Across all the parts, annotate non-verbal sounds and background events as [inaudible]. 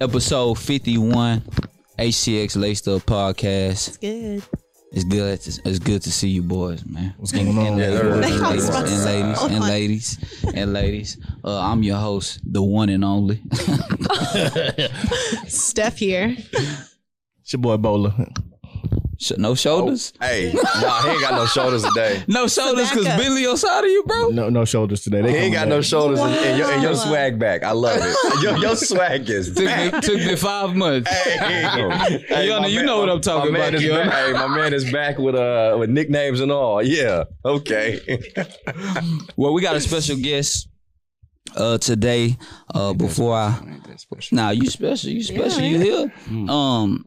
Episode 51, HCX Laced Up Podcast. Good. It's good. It's, it's good to see you boys, man. What's going on? And, Yeah, ladies, and they're- ladies, and ladies, they're- and they're- ladies, and ladies. Uh, I'm your host, the one and only. [laughs] Steph here. It's your boy Bola. Sh- no shoulders? Hey, nah, he ain't got no shoulders today. No shoulders because Tobacco. Billy outside of you, bro. No, no shoulders today. They He ain't got coming no back. shoulders and, and your, and your Wow. swag back. I love it. Your, your swag is Took [laughs] back. me, took me five months. Hey, Yonah, my you know what I'm talking my man about, is Yonah. back- Hey, my man is back with uh with nicknames and all. Yeah. Okay. Well, we got a special guest uh, today. Uh, before I Nah, you special. You special. Yeah, you here. Um,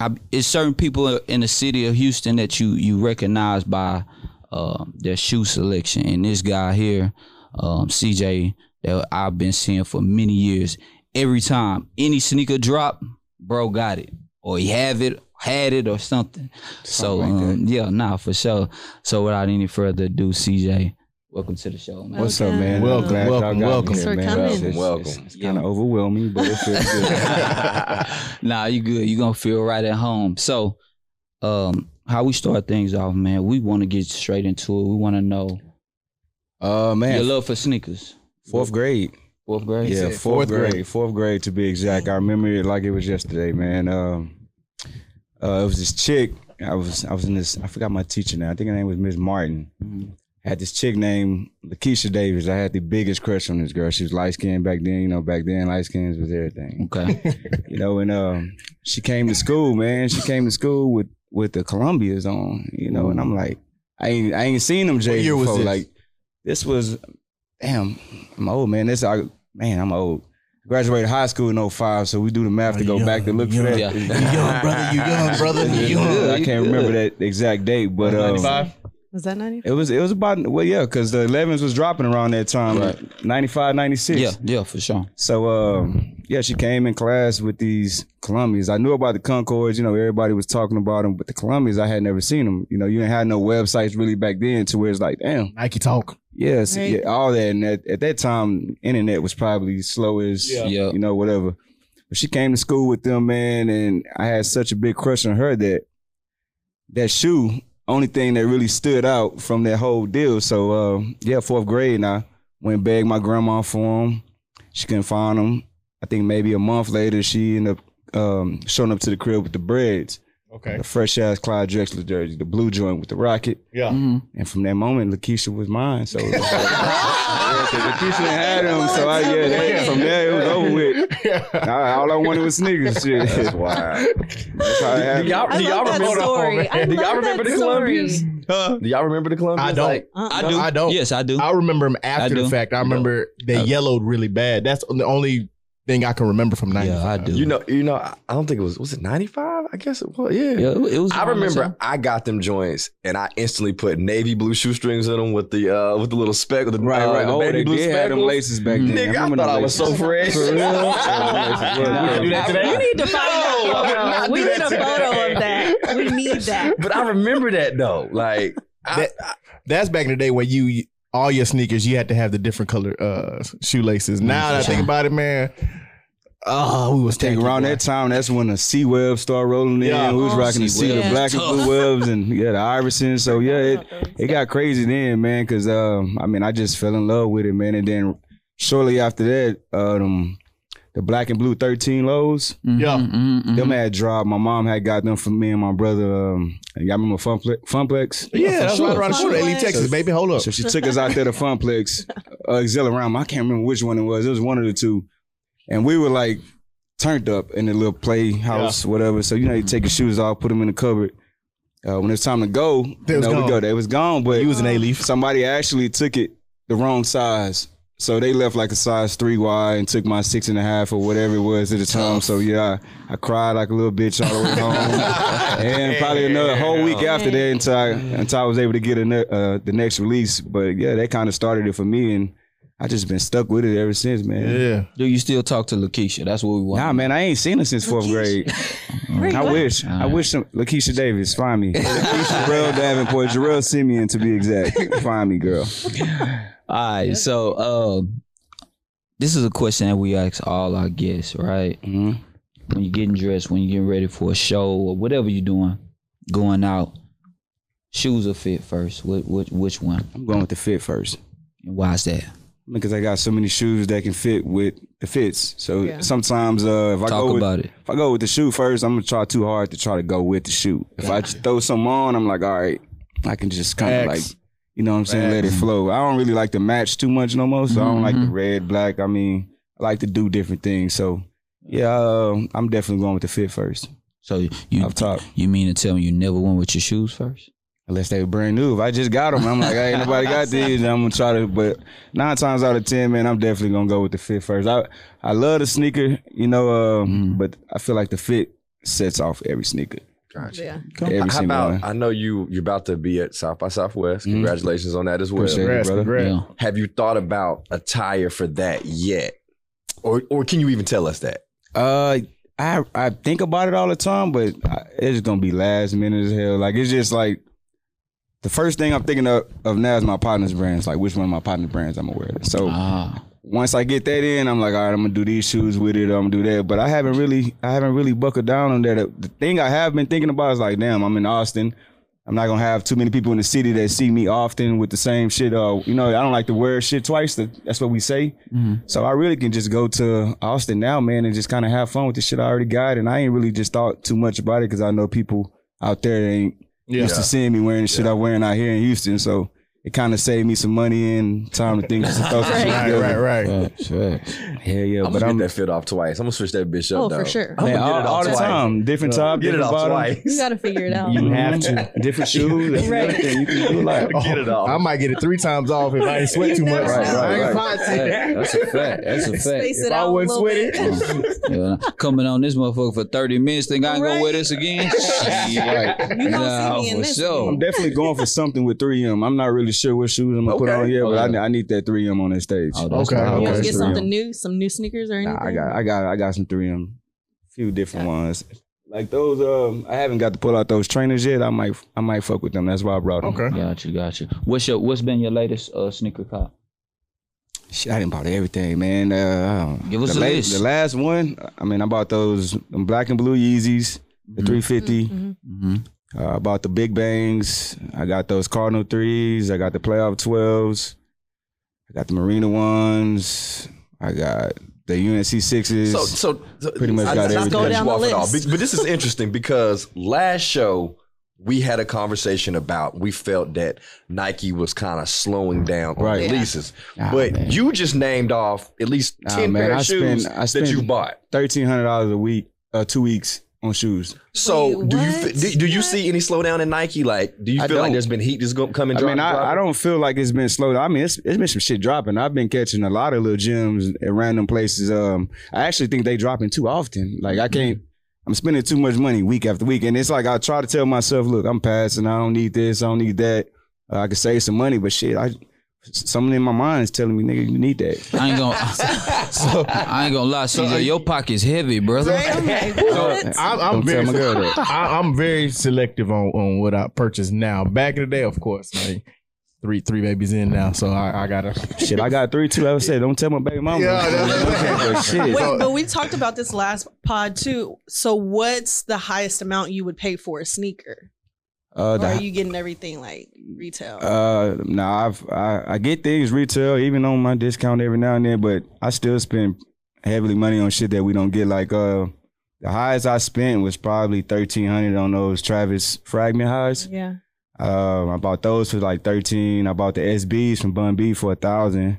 I, it's certain people in the city of Houston that you you recognize by uh, their shoe selection, and this guy here, um, CJ, that I've been seeing for many years. Every time any sneaker drop, bro got it, or he have it, had it, or something. so um, yeah, nah, for sure. So without any further ado, CJ, welcome to the show, man. What's up, man? Welcome, I'm glad y'all welcome, got me welcome. Thanks here, for man. coming. It's- Welcome. It's, kind of overwhelming, but it feels good. nah, you good. You gonna feel right at home. So, um, how we start things off, man? We want to get straight into it. We want to know [laughs] uh, your man, love for sneakers. fourth grade. Fourth grade. Yeah, said fourth, fourth grade. grade. Fourth grade to be exact. I remember it like it was yesterday, man. Um, uh, it was this chick. I was I was in this. I forgot my teacher now. I think her name was Miss Martin. Mhm. had this chick named Lakeisha Davis. I had the biggest crush on this girl. She was light skinned back then. You know, back then light skins was everything. Okay. you know, and um, she came to school, man. She came to school with with the Columbias on, you know, and I'm like, I ain't I ain't seen them Jay year before. was this? Like, this was, damn, I'm old, man. This I man, I'm old. Graduated high school in 05, so we do the math to go young, back to look for young. that. Yeah. You young brother, you young brother, [laughs] you young. I can't remember that exact date, but um, Was that 95? it was it was about well, yeah, because the 11s was dropping around that time, like 95, 96. yeah, yeah, for sure. So um, yeah, she came in class with these Columbias. I knew about the Concords, you know, everybody was talking about them, but the Columbias I had never seen them. You know, you didn't have no websites really back then to where it's like, damn, Nike talk. yes, Right. yeah, all that. And at, at that time, internet was probably slow as Yeah. Yeah. you know, whatever. But she came to school with them, man, and I had such a big crush on her that that shoe, only thing that really stood out from that whole deal. So uh, yeah, fourth grade, and I went and begged my grandma for them. She couldn't find them. I think maybe a month later, she ended up um, showing up to the crib with the breads, Okay. the fresh ass Clyde Drexler jersey, the blue joint with the rocket. Yeah. Mhm. And from that moment, Lakeisha was mine. So yeah, 'cause Lakeisha had them. So I, yeah, that, from there it was over with. I, all I wanted was sneakers. Shit. That's wow. how it happened. I love that story. I Do y'all love remember that the story. Columbians? Do y'all remember the Columbians? I don't. Like, Uh-uh. I do. I don't. Yes, I do. I remember them after do. the fact. I remember they I- yellowed really bad. That's the only thing I can remember from 95. yeah, I do. you know, you know. I I don't think it was. Was it ninety five? I guess it was. Yeah. yeah, it was. I remember I got them joints and I instantly put navy blue shoestrings in them with the uh with the little speck with the Right, uh, right. the Oh, baby they blue did have them speckles. laces back then. Nigga, I, remember thought them I was so laces. fresh. For real? Yeah, them laces. We can do that today. You need to find No, that I would photo. not We do need that a photo of today. that. We need that. But I remember that though. Like I, That's back in the day where you all your sneakers you had to have the different color uh shoelaces. Mm, Now that I think about it, man, oh, we was Take tacky, around boy. that time, that's when the C Webs started rolling Yeah. in. We was Oh, rocking the C, C-Webs. the black and blue webs, and yeah, the Iverson. So yeah, it, Uh-uh. it got crazy then, man. Cause um, I mean, I just fell in love with it, man. And then shortly after that, um, the black and blue thirteen lows, Mm-hmm, Yeah. them had dropped. My mom had got them for me and my brother. Um, y'all remember Funple- Funplex? Yeah, that's sure. right around the shoot Funplex. Elite, Texas, baby. Hold up. So she took us out there to Funplex, uh, Exhilarama. I can't remember which one it was. It was one of the two. And we were like turned up in the little playhouse, whatever. So, you know, you take your shoes off, put them in the cupboard. Uh, when it's time to go, They you was know, we gone. go. They was gone, but You was an A-leaf. Somebody actually took it the wrong size. So they left like a size three wide and took my six and a half or whatever it was at the time. So yeah, I, I cried like a little bitch all the [laughs] way home, and probably another whole week after that until I, until I was able to get a ne- uh, the next release. But yeah, that kind of started it for me, and I just been stuck with it ever since, man. Yeah. Do you still talk to Lakeisha? That's what we want. Nah, man, I ain't seen her since fourth grade. Wait, I what? wish. I wish some Lakeisha Davis, find me. Lakeisha Jarrell Davenport, Jarrell Simeon to be exact. Find me, girl. All right, so um, this is a question that we ask all our guests, right? Mhm. When you're getting dressed, when you're getting ready for a show or whatever you're doing, going out, shoes or fit first. Which which, which one? I'm going with the fit first And why is that? because I got so many shoes that can fit with the fits. So Yeah. sometimes uh, if I Talk go with, about it. if I go with the shoe first, I'm gonna try too hard to try to go with the shoe. If I just throw some on, I'm like, all right, I can just kind of like, Facts. you know what I'm saying, let it Facts. flow. I don't really like to match too much no more, so I don't like the Mhm. red, black. I mean, I like to do different things. So yeah, uh, I'm definitely going with the fit first So you you, up top. you mean to tell me you never went with your shoes first? Unless they were brand new. If I just got them, I'm like, hey, nobody [laughs] got these. and I'm gonna try to. But nine times out of ten, man, I'm definitely gonna go with the fit first. I I love the sneaker, you know, uh, Mhm. but I feel like the fit sets off every sneaker. Gotcha. Yeah. Every How single about? one. I know you. You're about to be at South by Southwest. Mhm. Congratulations on that as well. Appreciate it. Congrats, brother. congrats. Yeah. Have you thought about attire for that yet, or or can you even tell us that? Uh, I I think about it all the time, but I, it's gonna be last minute as hell. Like it's just like the first thing I'm thinking of, of now is my partner's brands. Like which one of my partner's brands I'm gonna wear. So Ah, [laughs] once I get that in, I'm like, all right, I'm gonna do these shoes with it. I'm gonna do that. But I haven't really, I haven't really buckled down on that. The thing I have been thinking about is like, damn, I'm in Austin. I'm not gonna have too many people in the city that see me often with the same shit. Uh, you know, I don't like to wear shit twice. That- That's what we say. So I really can just go to Austin now, man, and just kind of have fun with the shit I already got. And I ain't really just thought too much about it because I know people out there that ain't Yeah. used to seeing me wearing the shit I'm wearing out here in Houston. So it kind of saved me some money and time to think. just [laughs] to throw some shit Right, together. right, right. facts, facts. Yeah, yeah, I'm but gonna I'm get that fit off twice. I'm gonna switch that bitch Oh, up. for though. sure. I'm gonna man, get all, it off all the twice. time. Different top, Get it different off bottom. You twice. got to figure it out. You have [laughs] to different shoes, and Right. everything. You can do a lot. Get it Oh, I off. might get it three times off if I ain't sweat You too much. never Right, know. right, I ain't Uh, right. Hey, That's a fact. That's a fact. Space it I out a wasn't little bit. Yeah, coming on this motherfucker for 30 minutes, think I ain't gonna wear Right. this again? [laughs] Right. You gonna Nah, see me in for this. sure. I'm definitely going for something with 3M. I'm not really sure what shoes I'm gonna put Okay. on yet, Oh, but I yeah. ne- I, need that 3M on that stage. Oh, that's Okay, what I You okay. was want to Okay. get doing. something new, some new sneakers or anything? Nah, I got, I got, I got some 3M, few different ones. Like those, um, I haven't got to pull out those trainers yet. I might, I might fuck with them. That's why I brought them. Okay. Got you, got you. What's your What's been your latest uh, sneaker cop? Shit, I didn't buy everything, man. Uh, Give us a the, la- list. the last one, I mean, I bought those them black and blue Yeezys, the 350. Mm-hmm. Uh, I bought the Big Bangs. I got those Cardinal threes. I got the playoff twelves. I got the Marina ones. I got the UNC sixes. So, so, so Pretty much got not to everything. cut Go down the you off at all, list. be- but this is interesting because last show we had a conversation about we felt that Nike was kind of slowing down on Right. releases, Nah, but Ah, man. you just named off at least Nah, ten man, pair I of shoes spend- I that you spend- bought. Thirteen hundred dollars a week, uh, two weeks on shoes. So Wait, do you what? fe- do, do you What? see any slowdown in Nike? Like, do you I feel like don't. there's been heat that's going to come and I drop? mean, drop? I, I don't feel like it's been slowed. I mean, it's, it's been some shit dropping. I've been catching a lot of little gems at random places. Um, I actually think they dropping too often. Like I can't. I'm spending too much money week after week, and it's like I try to tell myself, look, I'm passing. I don't need this. I don't need that. Uh, I could save some money, but shit, I something in my mind is telling me, nigga, you need that. I ain't gonna [laughs] [laughs] [laughs] I ain't gonna lie, CJ. your pocket's heavy, brother. I'm like, what? I'm, I'm Don't very, tell my girl [laughs] I, am very selective on, on what I purchase now. Back in the day, of course, like three three babies in now, so I, I gotta. Shit, I got three two. I said, don't tell my baby mama. Yeah, [laughs] that's what I'm But shit. Wait, So- but we talked about this last pod too. So, what's the highest amount you would pay for a sneaker? Uh, Or the- are you getting everything like retail? Uh, nah, I've, I I get things retail even on my discount every now and then, but I still spend heavily money on shit that we don't get. Like uh, the highs I spent was probably thirteen hundred on those Travis Fragment highs. [laughs] yeah. Um, I bought those for like thirteen. I bought the SBs from Bun B for a thousand.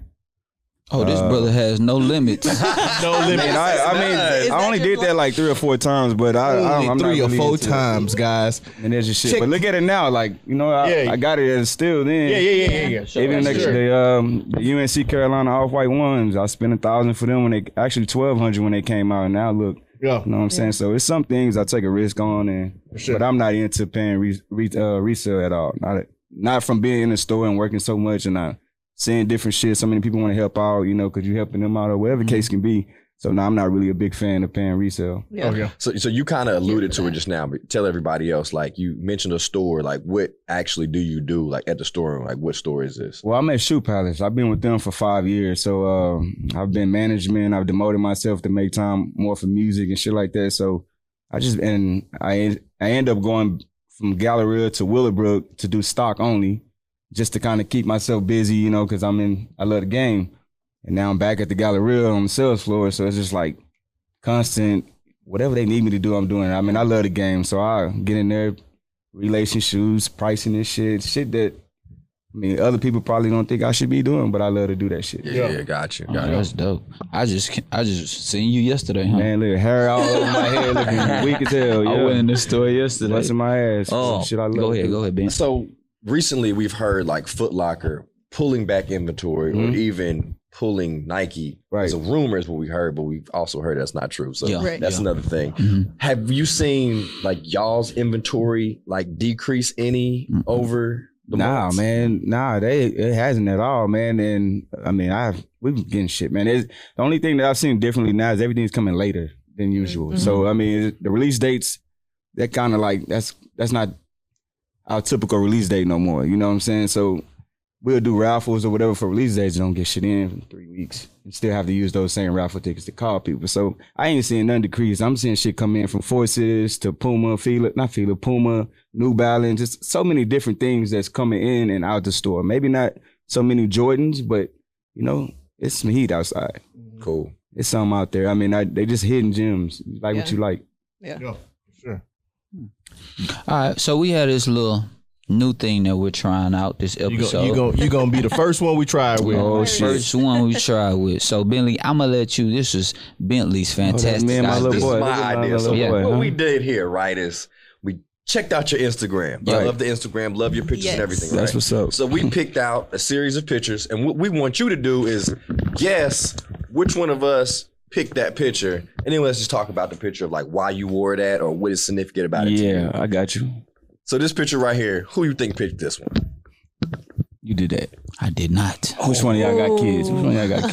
Oh, this Uh, brother has no [laughs] limits. [laughs] No limit. And I, I mean, Is that I only just did that like three or four times, but I, I Only don't, I'm three or not really four into it. times, guys. And there's just shit. Check- But look at it now, like you know, I, Yeah. I got it as still [laughs] then. Yeah, yeah, yeah, yeah. yeah. Even the, Sure. the, um, the UNC Carolina off white ones, I spent a thousand for them when they actually twelve hundred when they came out. Now look, Yeah, you know what I'm saying. So it's some things I take a risk on, and Sure. but I'm not into paying re, re, uh, resale at all. Not not from being in the store and working so Mm-hmm. much and not seeing different shit. So many people want to help out, you know, because you're helping them out or whatever the case can be. So now I'm not really a big fan of paying resale. Yeah. Okay. So, so you kind of alluded to it just now, but tell everybody else. Like you mentioned a store. Like, what actually do you do? Like at the store, like what store is this? Well, I'm at Shoe Palace. I've been with them for five years. So uh, I've been management. I've demoted myself to make time more for music and shit like that. So I just and I I end up going from Galleria to Willowbrook to do stock only, just to kind of keep myself busy, you know, because I'm in I love the game, and now I'm back at the Galleria on the sales floor. So it's just like constant whatever they need me to do, I'm doing. it. I mean, I love the game, so I get in there, relationships, pricing and shit, shit that. I mean, other people probably don't think I should be doing, but I love to do that shit. Yeah, yeah, got you. Oh, Got Uh-huh. you. that's dope. I just ca- I just seen you yesterday, huh? Man, look, hair all over [laughs] my head, looking weak as hell. Yeah. I went in the store yesterday. busting my ass. Oh, shit, I love. go it. ahead, go ahead, [laughs] Ben. So recently, we've heard like Foot Locker pulling back inventory, or Mhm. even pulling Nike. Right. It's a rumor is what we heard, but we've also heard that's not true. So Yeah, Right. that's yeah. another thing. Mhm. Have you seen like y'all's inventory like decrease any Mm-mm. over the Nah, months? man, nah, they it hasn't at all, man. And I mean, I've we've been getting shit, man. It's, the only thing that I've seen differently now is everything's coming later than usual. Mhm. So I mean, the release dates that kind of like that's that's not our typical release date no more. You know what I'm saying? So we'll do raffles or whatever for release dates. Don't get shit in for three weeks and still have to use those same raffle tickets to call people. So I ain't seeing none decrease. I'm seeing shit come in from Forces to Puma, Fila, not Fila, Puma, New Balance, just so many different things that's coming in and out the store. Maybe not so many Jordans, but you know, it's some heat outside. Cool. It's some out there. I mean, I, they just hidden gems. You Like what Yeah. you like. Yeah, sure. All right, so we had this little new thing that we're trying out this You episode. go, you go, you gonna be the first one we tried with. Oh, shit. First one we tried with. So Bentley, I'm gonna let you. This is Bentley's Oh, that's fantastic. me and my idea. little This boy. is Look my at idea. So little Yeah. boy, what huh? we did here, right, is we checked out your Instagram. I Right. love the Instagram, love your pictures Yes. and everything. That's right? what's up. So we picked out a series of pictures, and what we want you to do is guess which one of us picked that picture, and then let's just talk about the picture of like why you wore that or what is significant about it. to you. Yeah, I got you. So this picture right here, who you think picked this one? You did that. I did not. Which one of y'all got kids? Which one of y'all got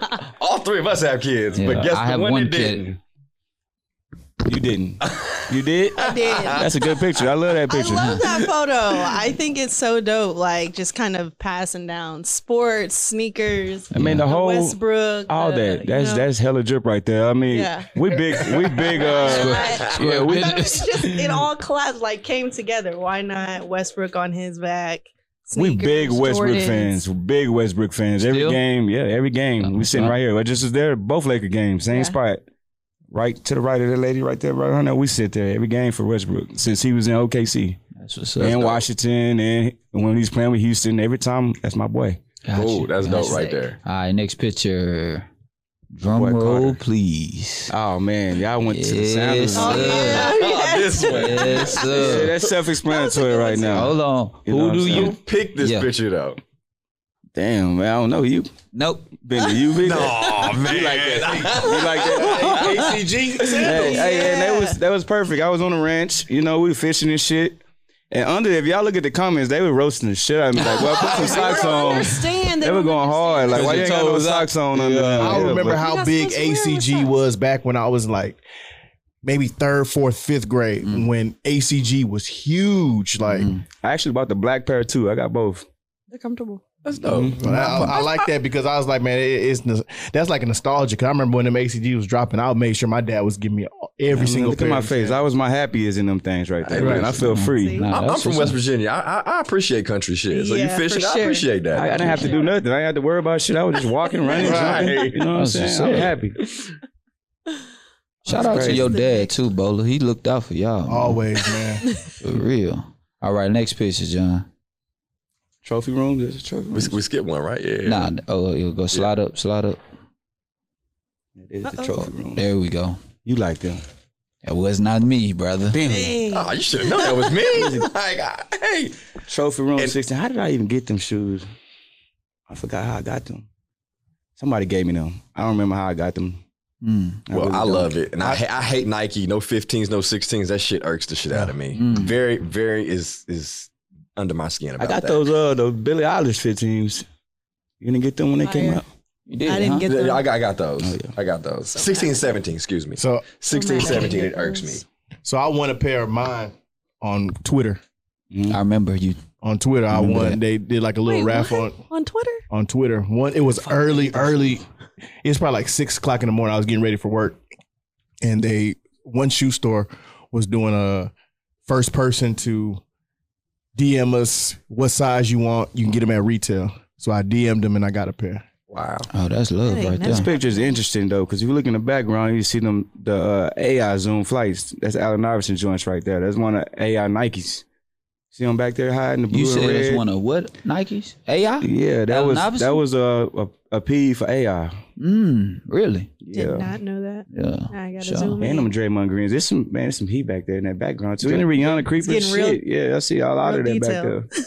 kids? All three of us have kids, Yeah, but guess I the have one, one that kid. didn't. You didn't. You did? I [laughs] did. That's a good picture. I love that I picture. love [laughs] that photo. I think it's so dope. Like just kind of passing down sports, sneakers, I mean the whole Westbrook, all the- that. you That's know. that's hella drip right there. I mean Yeah. we big we big [laughs] [laughs] uh yeah, we, But it's just it all collabed, like came together. Why not Westbrook on his back? we sneakers, big Westbrook Jordans. fans. Big Westbrook fans. Every Still? game, yeah, every game. We sitting right here. I just was there, both Laker games, same Yeah. spot. Right to the right of the lady, right there, right on there. We sit there every game for Westbrook since he was in OKC That's what's up. and Washington, and when he's playing with Houston, every time that's my boy. Got Ooh, you. that's dope Sick. right there. All right, next picture. Drum Boy, roll, Carter. please. Oh man, y'all went to the Yes, sound. Oh, sir. yeah. yes. this one. yes, [laughs] Yeah, sir. that's self-explanatory right now. Hold on. You know what Who I'm do saying? you? Who picked this Yeah. picture though? Damn, man, I don't know you. Nope. Bentley, you big. Oh man, You like that? ACG. hey, hey, and Yeah. that was that was perfect. I was on a ranch, you know, we were fishing and shit. And under, if y'all look at the comments, they were roasting the shit out of me. Like, well, [laughs] put some socks on. Understand They were going hard. Like, Put why you your ain't got no toes up. socks on under? Yeah. there? I Yeah, remember but- You're how not big supposed to wear what's ACG up. was back when I was like maybe third, fourth, fifth grade Mm. when ACG was huge. Like I actually bought the black pair too. I got both. Mm-hmm. They're comfortable. that's dope. Mm-hmm. But I, I like that because I was like, man, it, it's nos- that's like a nostalgia. 'Cause I remember when them ACG was dropping, I would make sure my dad was giving me all- every I mean, single. look at my pair. face. I was my happiest in them things right there. Right. man. I feel Mm-hmm. free. See? Nah, I'm, I'm that's from what's West up. Virginia. I, I, I appreciate country shit. So Yeah, you for fishing, I sure. appreciate that. I, I didn't have to do nothing. I didn't have to worry about shit. I was just walking, running, Right. jumping. You know what That's I'm what's saying? I'm up. happy. Shout out to crazy. your dad too, Bowler. He looked out for y'all. man. Always, man. For real. All right, next picture, John. Trophy room. There's a trophy room. We, we skipped one, right? Yeah. Nah, oh, you go slide up, slide up. It is the Uh-oh. trophy room. There we go. You like them. That was not me, brother. Dang. Oh, you should have known that [laughs] was me. like, I- hey, Trophy room And- 16. How did I even get them shoes? I forgot how I got them. Somebody gave me them. I don't remember how I got them. Mm. Well, really I don't. love it, and I, ha- I hate Nike. No 15s, no 16s. That shit irks the shit out of me. Mm. Very, very is is under my skin. I About got that. Oh, those uh those Billie Eilish 15s. You didn't get them when they came Fire. out. You did, I didn't huh? get I the. got, I got those. Oh, I got those. 16, 17, excuse me. So 16, Somebody 17, it did irks me. those. so I won a pair of mine on Twitter. Mm-hmm. I remember you. On Twitter, I Remember won. that. They did like a little Wait, raffle what? on, on Twitter. on Twitter. One, it was early, early. It was probably like six o'clock in the morning. I was getting ready for work, and they one shoe store was doing a first person to DM us what size you want. You can get them at retail. So I DM'd them and I got a pair. Wow. Oh, that's love Dang, right that's This there. picture is interesting though, because if you look in the background, you see them the uh, AI Zoom flights. That's Allen Iverson joints right there. That's one of AI Nikes. See them back there hiding the blue You and said red. it's one of what Nikes? AI? yeah, that Allen was Iverson? that was a, a a P for AI. Mm, really? Yeah. Did not know that. Yeah. I gotta Sure. zoom in. And them Draymond Greens. There's some man, there's some heat back there in that background too. And the Rihanna Creeper getting real- shit. yeah, I see a lot of that real back detail. there.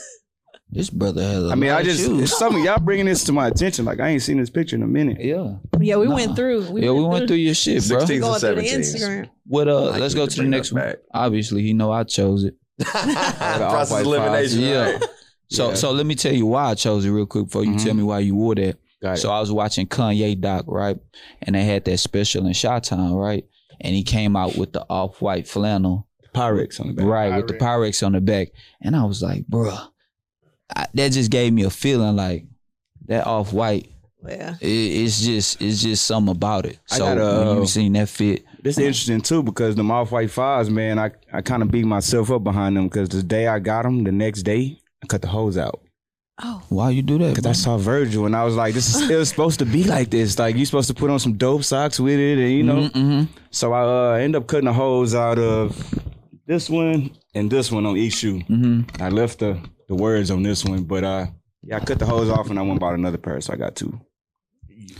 This brother has a I mean, lot I of just shoes. it's something y'all bringing this to my attention. Like I ain't seen this picture in a minute. Yeah. Yeah, we Nah. went through. yeah, we went [laughs] through your shit, bro. 16. Going through the 17s. Instagram. What uh Like let's we go could to the bring next us one. back. Obviously, you know I chose it. [laughs] Process Off-White elimination. Yeah. right? So Yeah. so let me tell you why I chose it real quick before you Mhm. tell me why you wore that. Got it. So I was watching Kanye Doc, right? And they had that special in Shot Town, right? And he came out with the off white flannel. Pyrex on the back. Right, with the Pyrex on the back. And I was like, bruh, I, that just gave me a feeling like that off white. Yeah. It, it's just, it's just something about it. I So got a, when uh, you seen that fit, This is interesting too because the off white fives, man, I, I kind of beat myself up behind them because the day I got them, the next day I cut the hose out Oh, why you do that? because I That's, saw Virgil and I was like, this is it was supposed to be like this. Like you supposed to put on some dope socks with it, and you know. Mm-hmm. So I uh, end up cutting the hose out of this one and this one on each shoe. hmm I left the the words on this one, but uh, yeah, I cut the hose off and I went and bought another pair, so I got two.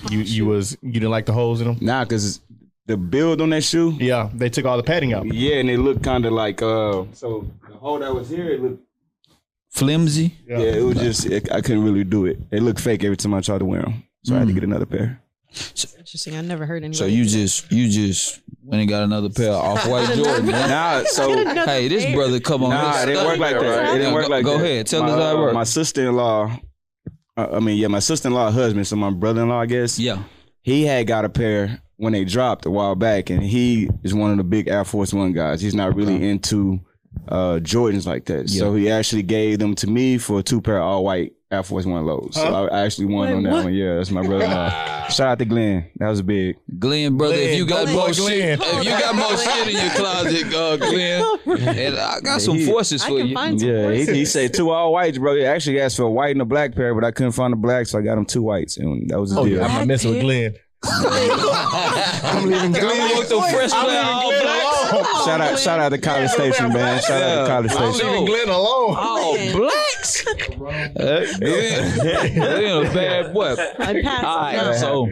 You you was you didn't like the holes in them? Nah, because the build on that shoe, Yeah, they took all the padding out. Yeah, and it looked kind of like uh. So the hole that was here, it looked. Flimsy. Yeah, it was just it, I couldn't really do it. It looked fake every time I tried to wear them, so Hmm. I had to get another pair. interesting. I never heard anybody. So you just, you just went and got another pair of off [laughs] white Jordan. man. [laughs] Nah, so another Hey, this pair. brother, come on. nah, Let's it didn't go. work like that. It didn't work Go- like go that. ahead. Tell my, us how it uh, worked. My sister-in-law, uh, I mean, yeah, my sister-in-law husband, so my brother-in-law, I guess. Yeah. he had got a pair when they dropped a while back, and he is one of the big Air Force One guys. He's not really into uh, Jordans like that, so he actually gave them to me for two pair of all white Air Force One lows. So I actually won Wait, on that what? one. Yeah, that's my brother. [laughs] in law. Shout out to Glenn. That was big. Glenn, brother, if you got Glenn, more boy, shit, Glenn. if you got more shit in your closet, uh, [laughs] Glenn, and I got some forces I for can you. [laughs] find some Yeah, he, voices. he said two all whites, bro. He actually asked for a white and a black pair, but I couldn't find a black, so I got him two whites, and that was the Oh, deal. yeah, I'm not messing with Black Glenn. I'm leaving I Glenn. want the fresh player all black. Shout out, shout out to College Station, man. Shout out to College I'm Station. leaving [laughs] Glenn alone. All Glenn. blacks. Glenn, Glenn a bad boy. Unpack All it. right, so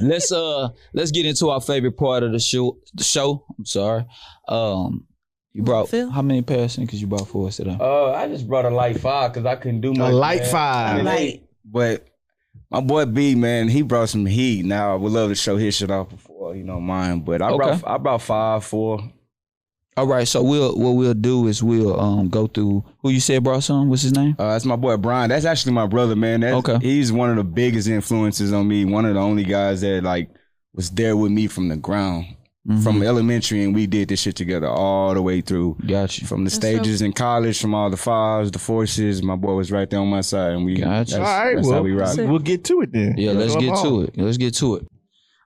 let's uh let's get into our favorite part of the show. The show. I'm sorry. Um, you brought Phil? how many pairs? Because you brought for us today. Uh, I just brought a light five because I couldn't do A much. light man. five. Right. But my boy B, man, he brought some heat. Now I would love to show his shit off before you know mine. But I Okay. brought I brought five, four. All right, so we'll what we'll do is we'll um go through who you said brought some. What's his name? Uh, that's my boy Brian. That's actually my brother, man. That's, Okay. He's one of the biggest influences on me. One of the only guys that like was there with me from the ground, from elementary, and we did this shit together all the way through. Got you. From the stages in college, from all the fives, the forces, my boy was right there on my side, and we. Gotcha. That's, All right, that's well, how we rock. we'll get to it then. Yeah, let's get to it. Let's get to it.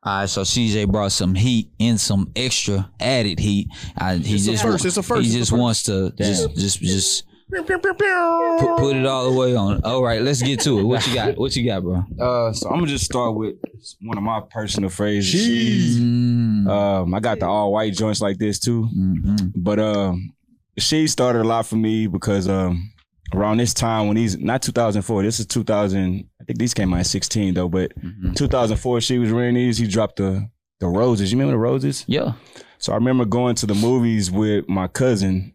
All right, so CJ brought some heat and some extra added heat. I, he It's a just first, it's a first, He it's a just first. wants to just just just it. put, put it all the way on. All right, let's get to it. What you got? What you got, bro? Uh, so I'm gonna just start with one of my personal phrases. Mm, Um, I got the all white joints like this too, mhm. but um, she started a lot for me because um, around this time when these not 2004, this is 2000. I think these came out in 16 though, but 2004 she was wearing these. He dropped the the roses. You remember the roses? Yeah. So I remember going to the movies with my cousin.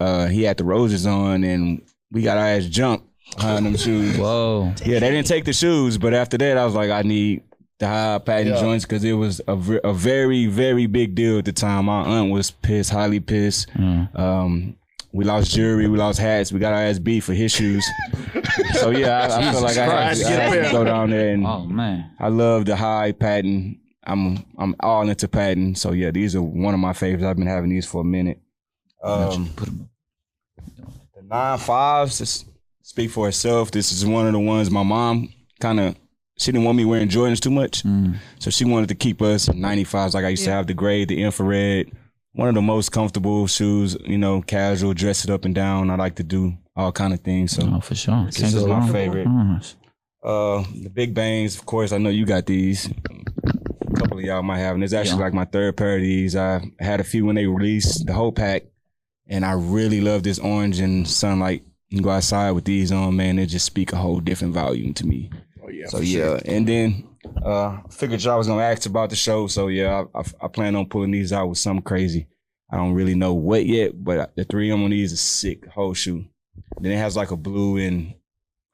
Uh, he had the roses on, and we got our ass jumped behind them shoes. Whoa. Yeah, they didn't take the shoes, but after that, I was like, I need the high patent Yeah. joints because it was a, ver- a very, very big deal at the time. My aunt was pissed, highly pissed. Mm. Um, We lost jewelry. We lost hats. We got our ass beat for his shoes. so yeah, I, I feel Jesus like I had, Christ. to, I had to go down there and Oh man. I love the high patent. I'm I'm all into patent. So yeah, these are one of my favorites. I've been having these for a minute. Um, Put 'em- the nine fives just speak for itself. This is one of the ones my mom kind of she didn't want me wearing Jordans too much, Mm-hmm. so she wanted to keep us in 95s. Like I used to have the gray, the infrared, one of the most comfortable shoes. You know, casual, dress it up and down. I like to do all kind of things. So Oh, for sure. this is my favorite. Mm. Uh, the Big Bangs, of course. I know you got these. A couple of y'all might have, and it's actually Yeah. like my third pair of these. I had a few when they released the whole pack, and I really love this orange and sunlight. You can go outside with these on, man. They just speak a whole different volume to me. Oh yeah. So yeah, and then uh, I figured y'all was gonna ask about the show. So yeah, I, I, I plan on pulling these out with something crazy. I don't really know what yet, but the three M on these is sick whole shoe. Then it has like a blue and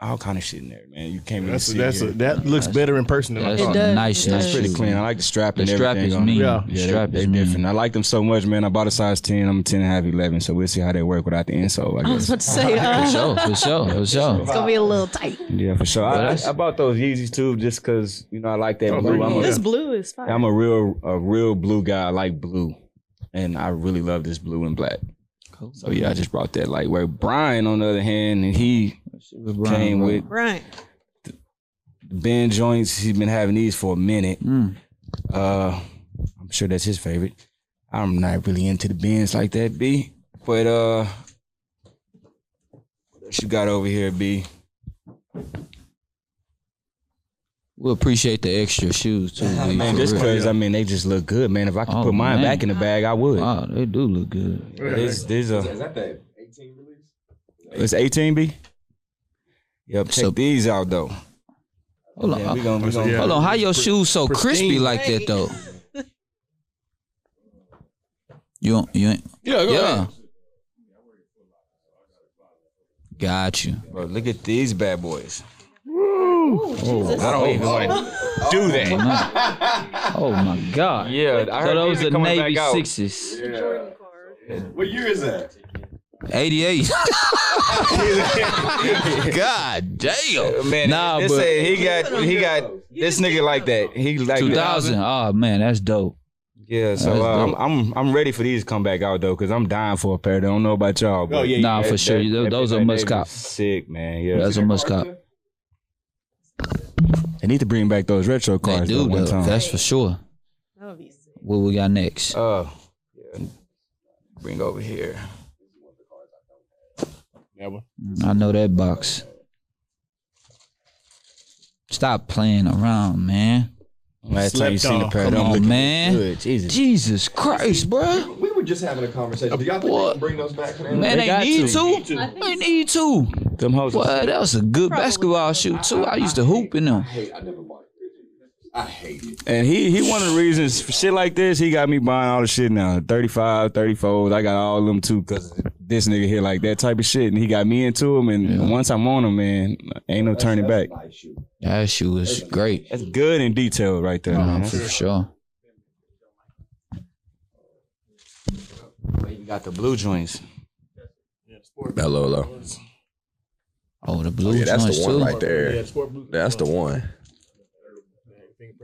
all kind of shit in there, man. You can't really That's a, see that's it. a, here. that looks better in person than I That's thought. It does. nice. It nice It's does. pretty shoes, clean. man. I like the strap The and strap everything is on it. mean. Yeah. The Yeah, strap they, is they mean. different. I like them so much, man. I bought a size ten. I'm a ten and a half eleven, so we'll see how they work without the insole. I I was guess. about to say, uh, For sure. For sure. For sure. it's gonna be a little tight. Yeah, for sure. Well, I, I, that's- I bought those Yeezys too, just cause you know I like that Oh, blue. there I'm you a, go. This blue is fine. I'm a real a real blue guy. I like blue, and I really love this blue and black. Cool. So yeah, I just brought that like where Brian on the other hand, and he came with right. Ben joints. He's been having these for a minute. Mm. Uh, I'm sure that's his favorite. I'm not really into the bins like that, B. But uh, what else you got over here, B? We appreciate the extra shoes too. B, Man, for just real. because I mean they just look good, man. If I could Oh, put mine man. back in the bag, I would. Wow, they do look good. There's, there's a that that 18 release? It's 18B. Yep, check So- these out though. Hold on. Yeah, we gonna, we gonna, Yeah. Hold on, how your shoes so crispy pristine. like that though? [laughs] You don't, you ain't, Yeah, go yeah. ahead. Got you. Bro, look at these bad boys. Oh. Jesus. I don't even want to do that. Oh my god. Yeah, I So heard those these are are coming Navy back out. sixes. What year is that? Eighty [laughs] eight. God damn. Man, Nah, nah, this but- say he got he got this nigga like that. He like Two thousand. Oh man, that's dope. Yeah, so That's uh, I'm dope. I'm I'm ready for these to come back out though, cause I'm dying for a pair. I don't know about y'all. But Oh, yeah, Nah, for that- sure. that- Those- that those bitch are like must Navy cop. Sick man. Yeah, That's a must cop. they need to bring back those retro They cars. though, do one though. time. That's for sure. That would be sick. What we got next? Uh, yeah. bring over here. That one. I know that box. Stop playing around, man. Last time you Slept seen a on. pair of Come them, on, looking man. Good. Jesus. Jesus Christ, bruh. We were just having a conversation. Do y'all think they What? can bring those back? for the Man, They they, got need to. to. They need to. Them hoes. Boy, that was a good basketball shoot too. I used to hoop in them. Hey, I never bought it. I hate it. And he he one of the reasons for shit like this, he got me buying all the shit now. 35, 34. I got all them too, cause this nigga here like that type of shit. And he got me into him. And once I'm on him, man, ain't no turning back. Nice shoe. That shoe was great um, That's Mhm. good and detailed right there. man. for sure. You got the blue joints. That Lolo. Oh, the blue Yeah, that's joints the one too. right there. That's the one.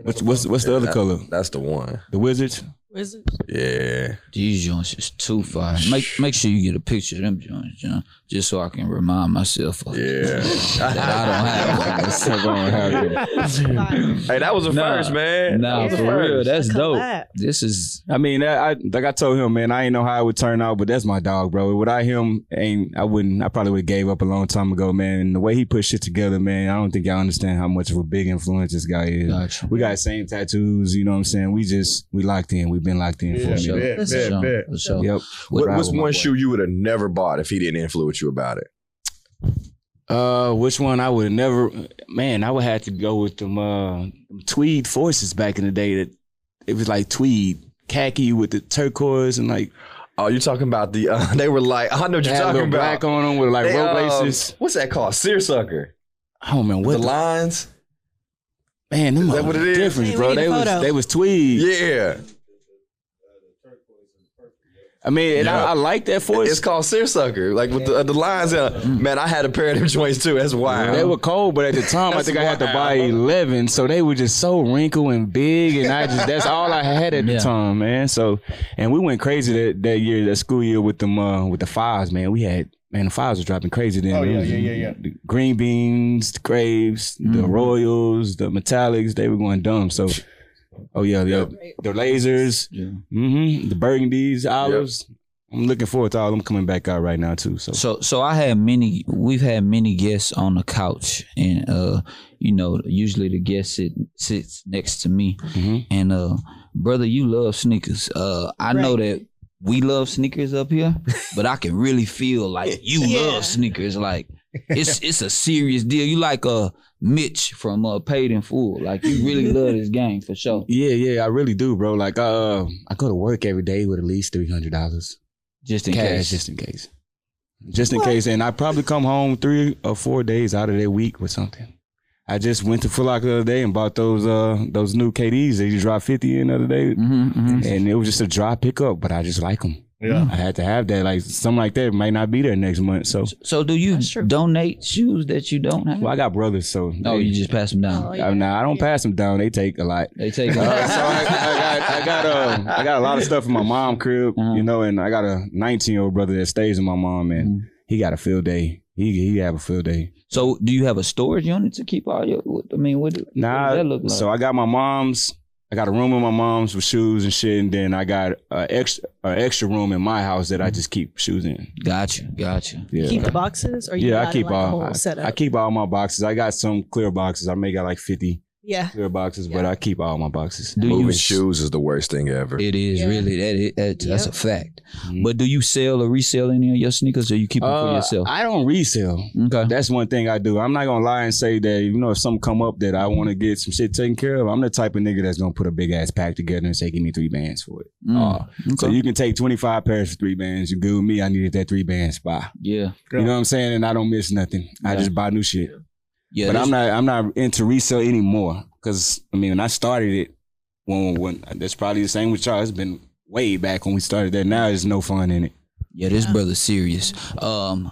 What's what's, what's the other color? That's the one. The wizards. Where's [laughs] it? Yeah. These joints is too far. Make make sure you get a picture of them joints, John, just so I can remind myself of Yeah. [laughs] that I don't have. [laughs] Like that. hey, that was a Nah. first, man. Nah, that was a for real, first. that's dope. collab. This is I mean, I, I like I told him, man, I ain't know how it would turn out, but that's my dog, bro. Without him, ain't I wouldn't. I probably would have gave up a long time ago, man. And the way he put shit together, man, I don't think y'all understand how much of a big influence this guy is. Gotcha. We got the same tattoos, you know what I'm saying? We just we locked in. We've been locked in for for sure. a minute. bet, for bet, sure. bet. For sure. Yep. What, Ride what's with my one boy. shoe you would have never bought if he didn't influence you about it? Uh, which one I would have never. Man, I would have to go with them uh them tweed forces back in the day. That it was like tweed khaki with the turquoise and like Oh, you're talking about the? Uh, [laughs] they were like, I know what you're had talking a little about. black on them with like They, rope um, laces. What's that called? Seersucker. Oh man, what the, the- lines. Man, Is them that are what it is? different, Hey, we bro. need a They was photo. they was tweed. Yeah. I mean, and I, I like that for It's it. called seersucker. Like with the, the lines. Uh, man, I had a pair of them [laughs] joints too. That's wild. They were cold, but at the time I think I had to buy eleven, so they were just so wrinkled and big, and I just that's all I had at the Yeah. time, man. So, and we went crazy that, that year, that school year with them uh, with the fives, man. We had man, the fives were dropping crazy then. Oh, It yeah, was yeah, yeah, yeah. The green beans, the grapes, the royals, the metallics, they were going dumb. So, oh yeah, yeah, the lasers, Yeah. hmm the burgundies, olives. I'm looking forward to all them coming back out right now too. So, So so I had many we've had many guests on the couch and uh you know usually the guest sit, sits next to me Mhm. and uh brother you love sneakers uh I know that we love sneakers up here but I can really feel like you Yeah. love sneakers like it's it's a serious deal you like uh Mitch from uh Paid in Full like you really love this game for sure Yeah, yeah, I really do, bro. Like, uh, I go to work every day with at least three hundred dollars just in cash, case just in case, just in case. And I probably come home three or four days out of that week with something. I just went to Foot Locker the other day and bought those uh those new KDs. They just dropped fifty in the other day, Mhm, mhm. and it was just a dry pickup. But I just like them. Yeah. I had to have that. Like something like that might not be there next month. So, So do you That's true. donate shoes that you don't have? well, I got brothers. So Oh, they- you just pass them down. Oh, I, yeah. nah, I don't pass them down. They take a lot. They [laughs] take Uh, so I, I got I got um, I got a lot of stuff in my mom crib, Uh-huh. you know, and I got a 19 year old brother that stays in my mom, and Mhm. he got a field day. He he have a field day. So, do you have a storage unit to keep all your? what- I mean, what, what does Nah, that look like? so I got my mom's. I got a room in my mom's with shoes and shit, and then I got a extra a extra room in my house that I Mm-hmm. just keep shoes in. gotcha, gotcha. Yeah. Keep the boxes, or you yeah, I got keep like a all whole I, setup. I keep all my boxes. I got some clear boxes. I may got like fifty yeah, clear boxes, but I keep all my boxes. Do you? Moving s- shoes is the worst thing ever. It is Yeah. really that. It, that That's a Yep. fact. Mhm. But do you sell or resell any of your sneakers, or you keep them for Uh, yourself? I don't resell. okay. That's one thing I do. I'm not gonna lie and say that you know if something come up that I want to get some shit taken care of, I'm the type of nigga that's gonna put a big ass pack together and say give me three bands for it. Mm, Uh, okay. So you can take 25 pairs for three bands. You good with me? I needed that three band spot. yeah, You know what I'm saying? And I don't miss nothing. I Yeah. just buy new shit. yeah. but that's- I'm not I'm not into resale anymore because I mean when I started it, when when that's probably the same with y'all. It's been way back when we started that. Now there's no fun in it. yeah, this brother's serious. Um,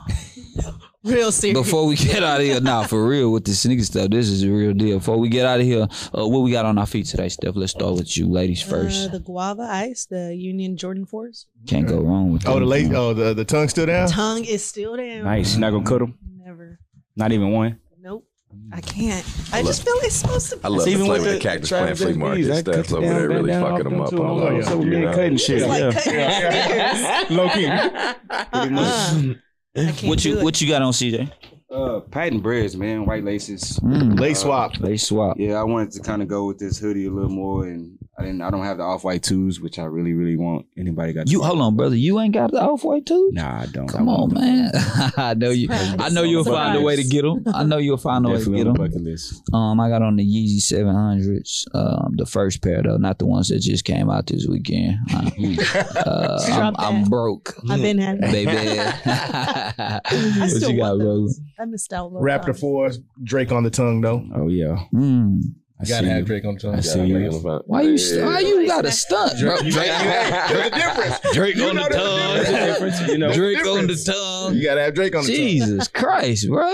real serious. before we get out of here, now for real with the sneaker stuff, this is a real deal. Before we get out of here, uh, what we got on our feet today, Steph? Let's start with you, ladies first. Uh, the guava ice, the Union Jordan Force. Can't go wrong with Oh, the them. late. uh, Oh, the, the tongue still Uh, down. Tongue is still down. Nice. You're not gonna cut them. Never. Mm. Not even one. Nope. I can't. I just feel it's supposed to. I love It's the even flavor with of the the cactus plant Travis flea J. market B's, I cut stuff you over down, there really down, fucking off them them up too. on Oh, those, so we you ain't know? cutting shit. It's like yeah. cutting [laughs] Snickers. Low key. Uh-uh. I can't What do you it. what you got on, CJ? Uh, patent breads, man. White laces. Mm, Late swap. they swap. Yeah, I wanted to kind of go with this hoodie a little more, and I didn't. I don't have the off white twos, which I really, really want. Anybody got? You hold on, brother. You ain't got the off white too. Nah, I don't. Come I on, want them. man. [laughs] I know you. Surprise. I know you'll find a way to Surprise. get them. I know you'll find a way to Definitely get on the them. bucket list. Um, I got on the Yeezy Seven Hundreds. Um, the first pair though, not the ones that just came out this weekend. [laughs] Uh, uh, I'm, Drop I'm that. broke, I've been had. [laughs] baby. [laughs] I what still you got, want brother? those. I missed out. on Raptor those. fours. Drake on the tongue though. Oh yeah, Mm. I gotta see have you. Drake on the tongue. I see you. Why you? st- [laughs] Why you got a stunt, bro? You gotta- there's a difference. Drake on the There's a tongue. difference, you know. Drake on the difference. tongue. You gotta have Drake on the tongue. [laughs] Jesus Christ, bro.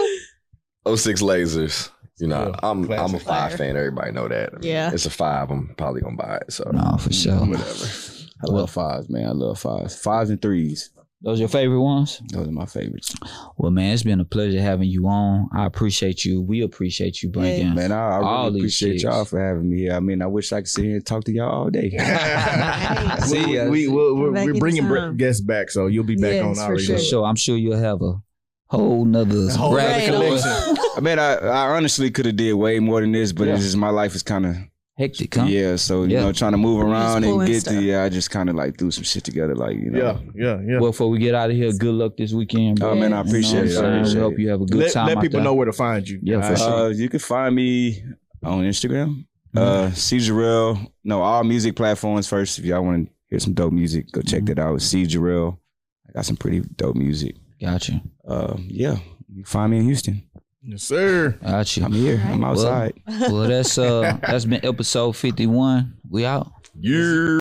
06 lasers. You know, Yeah, I'm I'm a classic. five Fire. fan. Everybody know that. I mean, Yeah. it's a five. I'm probably gonna buy it. So No, Mm, for sure. whatever. I love fives, man. I love fives. Fives and threes. Those your favorite ones? Those are my favorites. Well, man, it's been a pleasure having you on. I appreciate you. We appreciate you, Blinken. Man, I, I All really these appreciate shits. y'all for having me. here. I mean, I wish I could sit here and talk to y'all all day. [laughs] Right. See we, ya. we, we, Come back we're, we're bringing anytime. bre- guests back, so you'll be back Yes, on for our For regular. sure. sure. I'm sure you'll have a whole nother Whole nother rabbit hole. collection. [laughs] I mean, I, I honestly could have did way more than this, but Yeah. it's just my life is kind of Hectic, huh? yeah. So you Yeah. know, trying to move around and pulling get stuff. the yeah, I just kind of like threw some shit together, like you know. Yeah, yeah, yeah. Well, before we get out of here, good luck this weekend, bro. Oh man, I You know what I'm appreciate it. I saying? appreciate we hope it. you have a good let time. let out people there. know where to find you. Yeah, for All sure. Uh, you can find me on Instagram, Mm-hmm. uh, C Jarrell. No, all music platforms first. If y'all want to hear some dope music, go Mm-hmm. check that out. C Jarrell. I got some pretty dope music. Gotcha. Uh, yeah, you can find me in Houston. Yes, sir. I'm Gotcha. here. I'm outside. [laughs] Well, that's uh that's been episode fifty one. We out. Yeah.